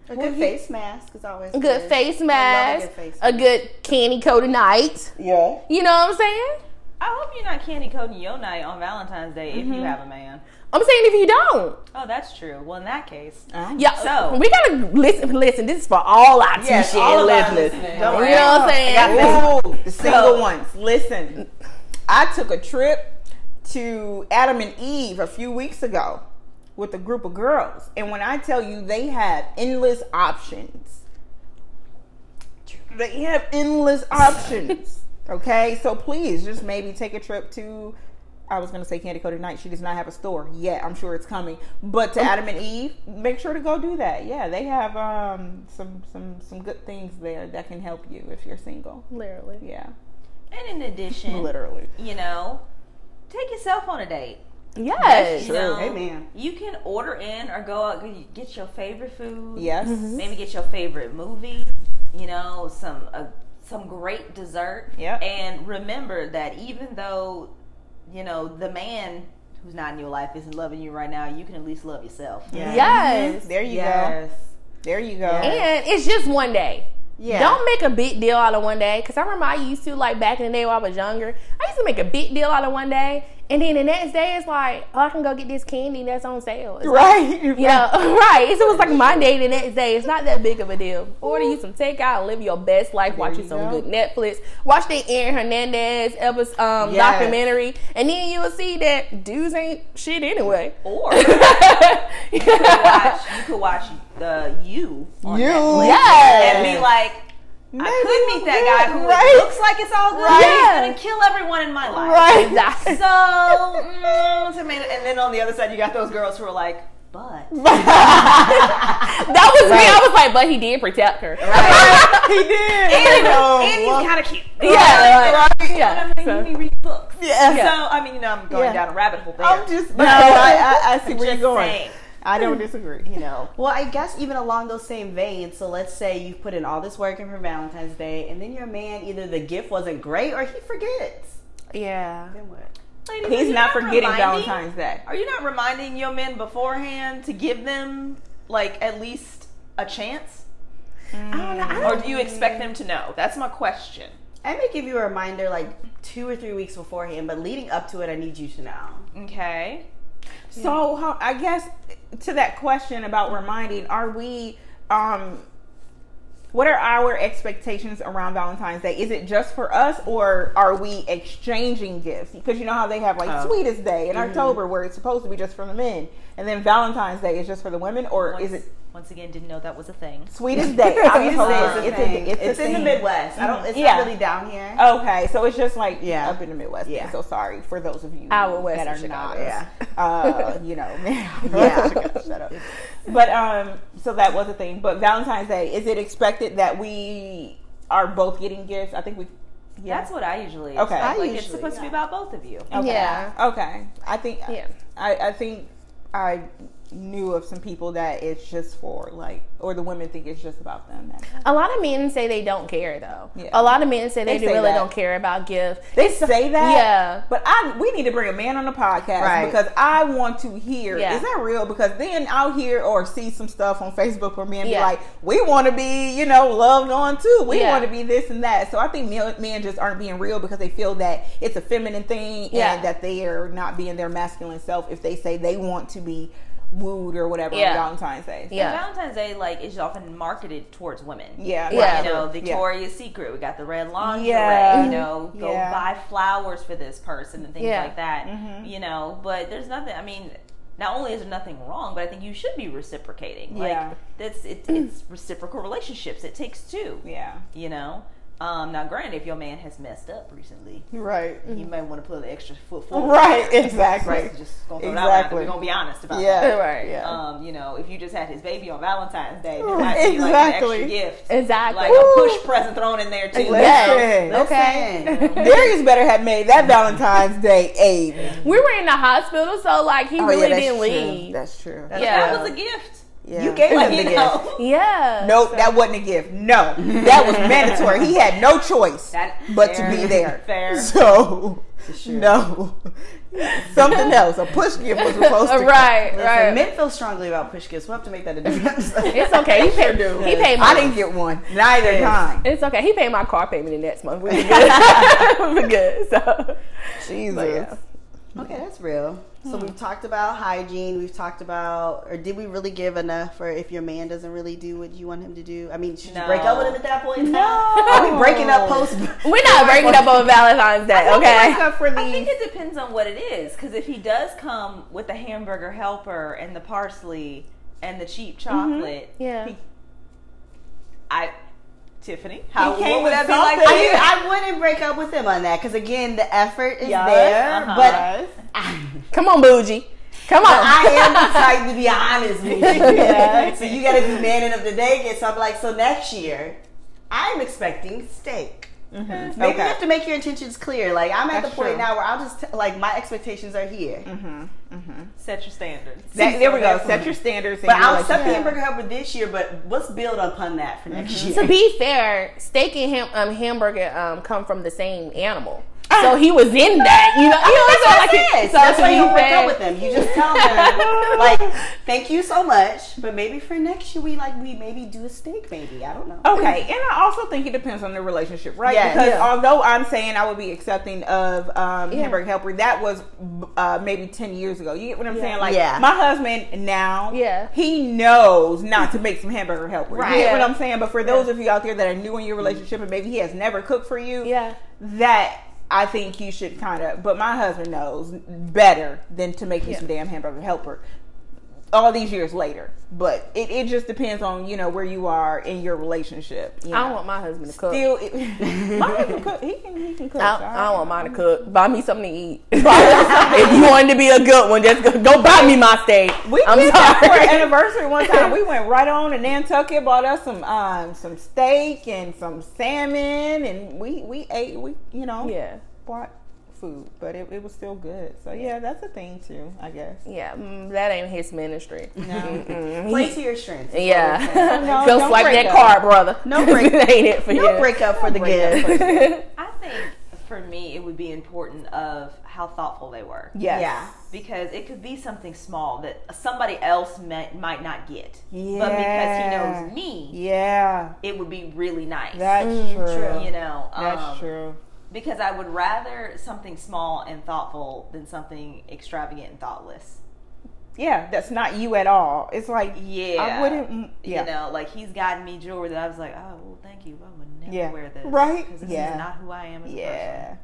Speaker 3: a good face mask is always
Speaker 5: A good face
Speaker 3: I love
Speaker 5: mask, a good candy coated night.
Speaker 3: yeah.
Speaker 5: You know what I'm saying?
Speaker 6: I hope you're not candy coating your night on Valentine's Day if you have a man.
Speaker 5: I'm saying if you don't,
Speaker 6: Oh, that's true. Well, in that case,
Speaker 5: yeah.
Speaker 6: So-
Speaker 5: we gotta listen. Listen, this is for all our two
Speaker 3: Yes,
Speaker 5: shit
Speaker 3: all of our
Speaker 5: listeners.
Speaker 3: listeners.
Speaker 5: You know
Speaker 3: Don't
Speaker 5: what
Speaker 3: worry.
Speaker 5: I'm saying?
Speaker 4: Ooh, the single
Speaker 6: So-
Speaker 4: ones. Listen, I took a trip to Adam and Eve a few weeks ago with a group of girls, and when I tell you they had endless options, they have endless options. okay, so please just maybe take a trip to. I was gonna say Candy Coated Night. She does not have a store yet. I'm sure it's coming. But to Adam and Eve, make sure to go do that. Yeah, they have um, some some some good things there that can help you if you're single.
Speaker 5: Literally.
Speaker 4: Yeah,
Speaker 6: and in addition,
Speaker 4: literally.
Speaker 6: you know, take yourself on a date.
Speaker 5: Yes.
Speaker 6: You know,
Speaker 3: Amen.
Speaker 6: You can order in or go out and get your favorite food.
Speaker 4: Yes.
Speaker 5: Mm-hmm.
Speaker 6: Maybe get your favorite movie. You know, some uh, some great dessert.
Speaker 4: Yep.
Speaker 6: And remember that even though you know the man who's not in your life isn't loving you right now, you can at least love yourself.
Speaker 3: Yeah.
Speaker 5: Yes.
Speaker 4: There you
Speaker 3: Yes.
Speaker 4: go. There you go.
Speaker 5: And it's just one day.
Speaker 4: Yeah.
Speaker 5: Don't make a big deal out of one day. Cause I remember I used to like back in the day when I was younger. I used to make a big deal out of one day, and then the next day it's like, oh, I can go get this candy that's on sale. It's
Speaker 4: right.
Speaker 5: Yeah, right. So it was like Monday the next day. It's not that big of a deal. Order you some takeout, live your best life, watch you
Speaker 4: you
Speaker 5: some
Speaker 4: go.
Speaker 5: good Netflix, watch the Aaron Hernandez episode, um,
Speaker 4: Yes.
Speaker 5: documentary, and then you will see that dudes ain't shit anyway.
Speaker 6: Or you could watch you could watch the you on
Speaker 4: You.
Speaker 6: Netflix
Speaker 5: Yes.
Speaker 6: and be like. I
Speaker 4: Maybe
Speaker 6: could meet that
Speaker 4: I'm
Speaker 6: guy who
Speaker 4: good, right?
Speaker 6: looks like it's all good.
Speaker 5: Right.
Speaker 6: He's gonna kill everyone in my life.
Speaker 4: Right.
Speaker 5: Exactly.
Speaker 6: So, mm, so maybe- and then on the other side, you got those girls who are like, but
Speaker 5: That was me. I was like, but he did protect her.
Speaker 4: he did.
Speaker 6: and,
Speaker 4: Oh,
Speaker 6: and
Speaker 4: wow.
Speaker 6: he's kind of cute.
Speaker 5: Yeah,
Speaker 6: Like,
Speaker 5: yeah.
Speaker 6: I mean, he reads books.
Speaker 4: Yeah.
Speaker 6: So I mean, you know, I'm going
Speaker 4: Yeah.
Speaker 6: down a rabbit hole there.
Speaker 4: I'm just no. I, I, I see where
Speaker 6: Just
Speaker 4: you're going.
Speaker 6: saying.
Speaker 4: I don't disagree.
Speaker 6: you know,
Speaker 3: Well, I guess even along those same veins, so let's say you put in all this work in for Valentine's Day, and then your man either the gift wasn't great or he forgets.
Speaker 5: Yeah.
Speaker 3: Then what?
Speaker 6: Ladies, are
Speaker 4: He's
Speaker 6: you
Speaker 4: not forgetting
Speaker 6: reminding-
Speaker 4: Valentine's Day.
Speaker 6: Are you not reminding your men beforehand to give them like at least a chance,
Speaker 5: I don't know.
Speaker 4: Mm.
Speaker 5: I don't-
Speaker 6: or do you expect them to know? That's my question.
Speaker 3: I may give you a reminder like two or three weeks beforehand, but leading up to it, I need you to know.
Speaker 6: Okay.
Speaker 4: So how, I guess to that question about reminding, are we um what are our expectations around Valentine's Day? Is it just for us or are we exchanging gifts? Because you know how they have like
Speaker 3: Oh.
Speaker 4: sweetest day in October where it's supposed to be just for the men and then Valentine's Day is just for the women or is it
Speaker 6: Once again, didn't know that was a thing.
Speaker 4: Sweetest day. I was
Speaker 3: Sweetest
Speaker 4: hoping
Speaker 3: Day is a
Speaker 4: it's,
Speaker 3: thing.
Speaker 4: in, it's, a
Speaker 3: in the
Speaker 4: thing.
Speaker 3: Midwest. I
Speaker 4: Mm-hmm.
Speaker 3: don't. It's
Speaker 6: Yeah.
Speaker 3: not really down here.
Speaker 4: Okay, so it's just like
Speaker 3: Yeah.
Speaker 4: up in the Midwest.
Speaker 3: Yeah.
Speaker 4: Yeah. So sorry for those of you
Speaker 5: Our west
Speaker 4: that
Speaker 5: of
Speaker 4: are
Speaker 5: Chicago.
Speaker 4: not,
Speaker 3: Yeah.
Speaker 4: uh, you know,
Speaker 3: Yeah.
Speaker 4: yeah. Shut up. But um, so that was a thing. But Valentine's Day, is it expected that we are both getting gifts? I think we. Yeah.
Speaker 6: That's what I usually.
Speaker 4: Okay.
Speaker 6: expect.
Speaker 4: I Oh,
Speaker 6: like it's
Speaker 3: usually-
Speaker 6: supposed to be about both of you.
Speaker 4: okay.
Speaker 5: Yeah.
Speaker 4: Okay. I think.
Speaker 5: Yeah.
Speaker 4: I, I think I knew of some people that it's just for like, or the women think it's just about them.
Speaker 5: A lot of men say they don't care though.
Speaker 4: Yeah.
Speaker 5: A lot of men say they,
Speaker 4: They say
Speaker 5: really
Speaker 4: that.
Speaker 5: don't care about gifts.
Speaker 4: They say that,
Speaker 5: Yeah.
Speaker 4: But I, we need to bring a man on the podcast
Speaker 3: Right.
Speaker 4: because I want to hear.
Speaker 5: Yeah.
Speaker 4: Is that real? Because then I'll hear or see some stuff on Facebook where men
Speaker 5: Yeah.
Speaker 4: be like, "We want to be, you know, loved on too. We
Speaker 5: Yeah.
Speaker 4: want to be this and that." So I think men, men just aren't being real because they feel that it's a feminine thing
Speaker 5: Yeah.
Speaker 4: and that they are not being their masculine self if they say they want to be wooed or whatever
Speaker 5: Yeah.
Speaker 4: on Valentine's Day.
Speaker 5: Yeah.
Speaker 6: And Valentine's Day, like, is often marketed towards women.
Speaker 4: Yeah,
Speaker 5: Yeah.
Speaker 6: You know,
Speaker 4: Yeah.
Speaker 6: Victoria's Secret. We got the red lingerie.
Speaker 4: Yeah.
Speaker 6: You know, go
Speaker 4: Yeah. Mm-hmm.
Speaker 6: buy flowers for this person and things
Speaker 5: Yeah.
Speaker 6: like that. You know, but there's nothing. I mean, not only is there nothing wrong, but I think you should be reciprocating.
Speaker 4: Yeah.
Speaker 6: Like that's it, it's reciprocal relationships. It takes two.
Speaker 4: Yeah.
Speaker 6: You know. Um, now, granted, if your man has messed up recently,
Speaker 4: Right.
Speaker 6: you might want to put an extra foot forward.
Speaker 4: Right. Exactly.
Speaker 6: Right. Just gonna throw that out there.
Speaker 4: Exactly.
Speaker 6: We're gonna be honest about that
Speaker 4: Yeah.
Speaker 5: Right.
Speaker 4: Yeah.
Speaker 6: um, you know, if you just had his baby on Valentine's Day, there
Speaker 4: Right.
Speaker 6: might be like an extra
Speaker 4: Exactly.
Speaker 6: gift,
Speaker 5: Exactly.
Speaker 6: like a push present thrown in there too.
Speaker 4: Listen.
Speaker 5: Okay.
Speaker 3: Listen.
Speaker 4: Darius better have made that Valentine's Day Oh, a.
Speaker 5: We were in the hospital, so like he really didn't leave.
Speaker 4: That's true.
Speaker 6: Like,
Speaker 5: Yeah.
Speaker 6: that was a gift.
Speaker 4: yeah.
Speaker 3: You gave
Speaker 6: Like
Speaker 3: him the
Speaker 6: you
Speaker 3: gift.
Speaker 6: know,
Speaker 5: Yeah.
Speaker 4: Nope, that wasn't a gift. No, that was mandatory. He had no choice
Speaker 6: That-
Speaker 4: but
Speaker 6: fair,
Speaker 4: to be there.
Speaker 6: fair.
Speaker 4: So,
Speaker 3: Sure.
Speaker 4: no, something else. A push gift was supposed to.
Speaker 5: right.
Speaker 3: Listen,
Speaker 5: Right.
Speaker 3: Men feel strongly about push gifts. We'll have to make that a difference.
Speaker 5: it's okay. He paid.
Speaker 4: do.
Speaker 5: He paid
Speaker 4: I
Speaker 5: my.
Speaker 4: didn't get one. Neither
Speaker 3: Yes.
Speaker 4: time.
Speaker 5: It's okay. He paid my car payment in next month. We were good. we were good. So
Speaker 4: Jesus.
Speaker 5: But yeah.
Speaker 3: Okay, that's real.
Speaker 6: Hmm.
Speaker 3: So we've talked about hygiene. We've talked about, or did we really give enough for if your man doesn't really do what you want him to do? I mean, should you break
Speaker 6: No.
Speaker 3: up with him at that point? No. Are we breaking up post?
Speaker 5: we're not breaking up on Valentine's Day. Okay.
Speaker 4: Up for
Speaker 6: I
Speaker 4: these.
Speaker 6: think it depends on what it is, because if he does come with the hamburger helper and the parsley and the cheap
Speaker 4: Mm-hmm.
Speaker 6: chocolate,
Speaker 5: Yeah.
Speaker 6: he- I, Tiffany, how
Speaker 4: He came
Speaker 6: what would
Speaker 4: with
Speaker 6: that be
Speaker 4: something.
Speaker 3: I
Speaker 6: like? for you?
Speaker 3: mean, I wouldn't break up with him on that because again, the effort is
Speaker 4: Yes,
Speaker 3: there.
Speaker 6: uh-huh.
Speaker 3: But
Speaker 5: Come on, bougie. Come on.
Speaker 3: I am the type to be honest with you.
Speaker 4: Yeah.
Speaker 3: So you got to be man enough to date it. So I'm like, so next year, I'm expecting steak. Maybe
Speaker 4: Okay.
Speaker 3: you have to make your intentions clear. Like I'm at the
Speaker 4: That's
Speaker 3: point
Speaker 4: true.
Speaker 3: now where I'll just t- like my expectations are here,
Speaker 6: Set your standards.
Speaker 4: That- there we go. Set your standards. and
Speaker 3: but
Speaker 4: you're
Speaker 3: I'll
Speaker 4: like,
Speaker 3: set the
Speaker 4: yeah.
Speaker 3: hamburger helper this year. But let's build upon that for next year.
Speaker 5: to be fair, steak and ham, um, hamburger um, come from the same animal. So he was in that, you know. You know
Speaker 3: That's
Speaker 5: so like,
Speaker 3: what I said.
Speaker 5: so
Speaker 3: That's
Speaker 5: to
Speaker 3: why you
Speaker 5: be
Speaker 3: don't break
Speaker 5: fair-
Speaker 3: up with them. You just tell them, like, thank you so much, but maybe for next year we like we maybe do a steak, maybe I don't know.
Speaker 4: Okay, and I also think it depends on the relationship, right?
Speaker 3: Yes.
Speaker 4: because
Speaker 3: Yeah.
Speaker 4: although I'm saying I would be accepting of um,
Speaker 5: Yeah.
Speaker 4: hamburger helper, that was uh, maybe ten years ago. You get what I'm saying? Like
Speaker 3: Yeah.
Speaker 4: my husband now,
Speaker 5: Yeah.
Speaker 4: he knows not to make some hamburger helper.
Speaker 3: Right.
Speaker 4: You get
Speaker 5: Yeah.
Speaker 4: what I'm saying? But for those of you out there that are new in your relationship and maybe he has never cooked for you,
Speaker 5: Yeah.
Speaker 4: that. I think you should kind of, but my husband knows better than to make you some damn hamburger helper all these years later. But it, it just depends on, you know, where you are in your relationship. you
Speaker 5: I
Speaker 4: know.
Speaker 5: don't want my husband to cook.
Speaker 4: Still, it, Mine can cook. He can, he can cook.
Speaker 5: Uh, I,
Speaker 4: so
Speaker 5: don't- I don't want mine to cook. Buy me something to eat. if you wanted to be a good one, just go, go buy me my steak.
Speaker 4: We
Speaker 5: I'm
Speaker 4: did that for
Speaker 5: sorry.
Speaker 4: our anniversary one time. We went right on to Nantucket, bought us some um, some steak and some salmon, and we we ate. We you know
Speaker 5: yeah,
Speaker 4: bought food, but it, it was still good. So yeah, that's a thing too, I guess.
Speaker 5: yeah, mm, that ain't his ministry.
Speaker 3: Play to your strengths.
Speaker 5: Yeah,
Speaker 4: No,
Speaker 5: go
Speaker 4: don't
Speaker 5: swipe
Speaker 4: break
Speaker 5: that
Speaker 4: up.
Speaker 5: card, brother.
Speaker 3: No
Speaker 5: 'Cause
Speaker 3: break-
Speaker 5: it ain't it for
Speaker 3: No
Speaker 5: you.
Speaker 3: break up for the gift.
Speaker 6: I think for me, it would be important of how thoughtful they were.
Speaker 4: Yes.
Speaker 3: Yeah.
Speaker 6: because it could be something small that somebody else might, might not get. But because he knows me,
Speaker 4: Yeah,
Speaker 6: it would be really nice.
Speaker 4: that's true.
Speaker 6: you know,
Speaker 4: That's
Speaker 6: um,
Speaker 4: true.
Speaker 6: Because I would rather something small and thoughtful than something extravagant and thoughtless.
Speaker 4: yeah, that's not you at all. It's like
Speaker 6: Yeah.
Speaker 4: I wouldn't. mm, Yeah,
Speaker 6: You know, like he's gotten me jewelry that I was like, oh, well, thank you. I would never
Speaker 4: Yeah.
Speaker 6: wear this.
Speaker 4: Right?
Speaker 6: Because this
Speaker 4: Yeah.
Speaker 6: is not who I am as a person.
Speaker 4: yeah,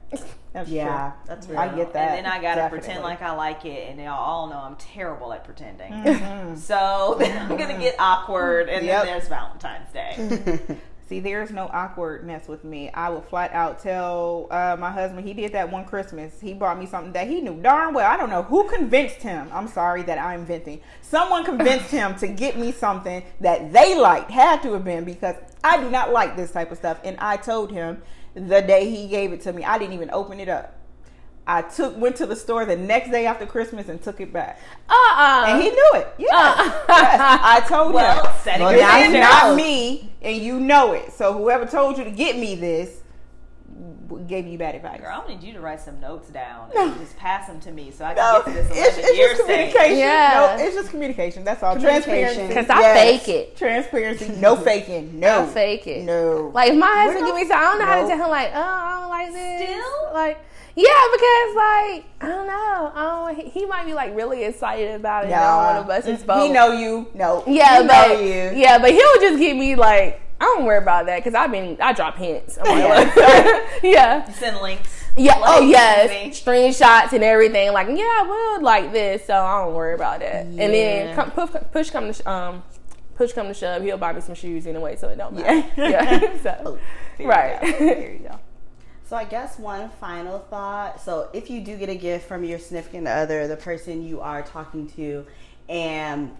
Speaker 4: that's
Speaker 3: Yeah.
Speaker 4: true.
Speaker 6: That's
Speaker 4: I
Speaker 6: real.
Speaker 4: get that,
Speaker 6: And then I gotta
Speaker 4: definitely.
Speaker 6: pretend like I like it, and y'all all know I'm terrible at pretending. So then I'm gonna get awkward, and
Speaker 4: Mm-hmm. Yep.
Speaker 6: then there's Valentine's Day.
Speaker 4: See, there's no awkwardness with me. I will flat out tell uh, my husband. He did that one Christmas. He bought me something that he knew darn well. I don't know who convinced him. I'm sorry that I'm venting. Someone convinced him to get me something that they liked. Had to have been because I do not like this type of stuff. And I told him the day he gave it to me, I didn't even open it up. I took went to the store the next day after Christmas and took it back.
Speaker 5: uh-uh.
Speaker 4: And he knew it. Yeah. Yes. I told
Speaker 6: Uh. Well,
Speaker 4: him.
Speaker 6: set it
Speaker 4: Well, now
Speaker 6: good
Speaker 4: it's
Speaker 6: now.
Speaker 4: not me, and you know it. So whoever told you to get me this w- gave you bad advice.
Speaker 6: Girl, I need you to write some notes down and just pass them to me so I
Speaker 4: No,
Speaker 6: can get to
Speaker 4: it's,
Speaker 6: this 11
Speaker 4: it's
Speaker 6: year
Speaker 4: just
Speaker 6: thing.
Speaker 4: communication.
Speaker 5: Yeah.
Speaker 4: No, it's just communication. That's all.
Speaker 3: Communication.
Speaker 4: Transparency.
Speaker 5: 'Cause I
Speaker 4: Yes.
Speaker 5: fake it.
Speaker 4: Transparency. No faking. No.
Speaker 5: I'll fake it.
Speaker 4: No.
Speaker 5: Like if my husband give
Speaker 4: We're not-
Speaker 5: me something, I don't know how to
Speaker 4: Nope.
Speaker 5: tell him like, oh, I don't like this.
Speaker 6: Still?
Speaker 5: Like, yeah, because like I don't know. I don't, he, he might be like really excited about it. and I don't want to bust his
Speaker 4: Mm-hmm. He
Speaker 5: bubble.
Speaker 4: know you. No.
Speaker 5: Yeah,
Speaker 4: He
Speaker 5: but
Speaker 4: know you.
Speaker 5: yeah, but he'll just give me like. I don't worry about that because I've been I drop hints. I'm like, look. yeah,
Speaker 6: Send links.
Speaker 5: yeah.
Speaker 6: Like,
Speaker 5: oh yes,
Speaker 6: see?
Speaker 5: screenshots and everything. Like yeah, I would like this, so I don't worry about that. And
Speaker 3: Yeah.
Speaker 5: then come, push, push come to sh- um push come to shove, he'll buy me some shoes anyway, so it don't matter. Yeah, so,
Speaker 4: Oh, There you
Speaker 5: right.
Speaker 4: go. There you go.
Speaker 3: So I guess one final thought. So if you do get a gift from your significant other, the person you are talking to, and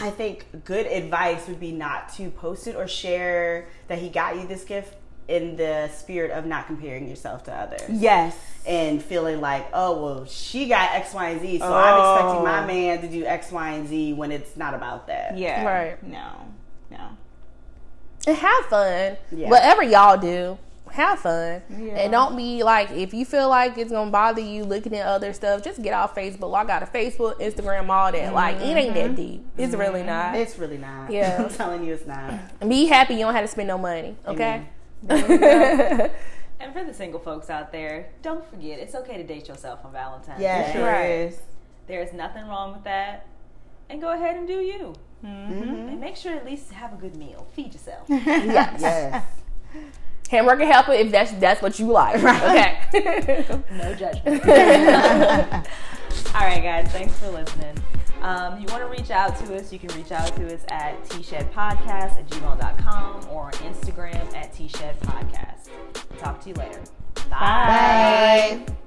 Speaker 3: I think good advice would be not to post it or share that he got you this gift in the spirit of not comparing yourself to others
Speaker 4: Yes.
Speaker 3: and feeling like, oh well, she got X, Y, and Z, so
Speaker 4: Oh.
Speaker 3: I'm expecting my man to do X, Y, and Z when it's not about that.
Speaker 4: Yeah.
Speaker 5: Right.
Speaker 4: No. No.
Speaker 5: and have fun.
Speaker 3: Yeah.
Speaker 5: Whatever y'all do, have fun.
Speaker 4: Yeah.
Speaker 5: And don't be like, if you feel like it's gonna bother you looking at other stuff, just get off Facebook. I got a Facebook, Instagram, all that. Like, it ain't that deep. It's really not.
Speaker 3: Mm-hmm. It's really not.
Speaker 5: Yeah.
Speaker 3: I'm telling you, it's not.
Speaker 5: be happy you don't have to spend no money. Okay.
Speaker 6: And for the single folks out there, don't forget it's okay to date yourself on Valentine's
Speaker 3: Yeah.
Speaker 6: Day.
Speaker 4: It sure
Speaker 5: Right.
Speaker 4: is.
Speaker 6: There is nothing wrong with that. And go ahead and do you. And make sure at least to have a good meal. Feed yourself.
Speaker 3: Yes.
Speaker 5: Hamburger helper if that's that's what you like. Okay.
Speaker 6: No judgment. All right, guys. Thanks for listening. Um, you want to reach out to us, you can reach out to us at tshedpodcast at gmail.com or on Instagram at tshedpodcast. Talk to you later. Bye.
Speaker 3: Bye.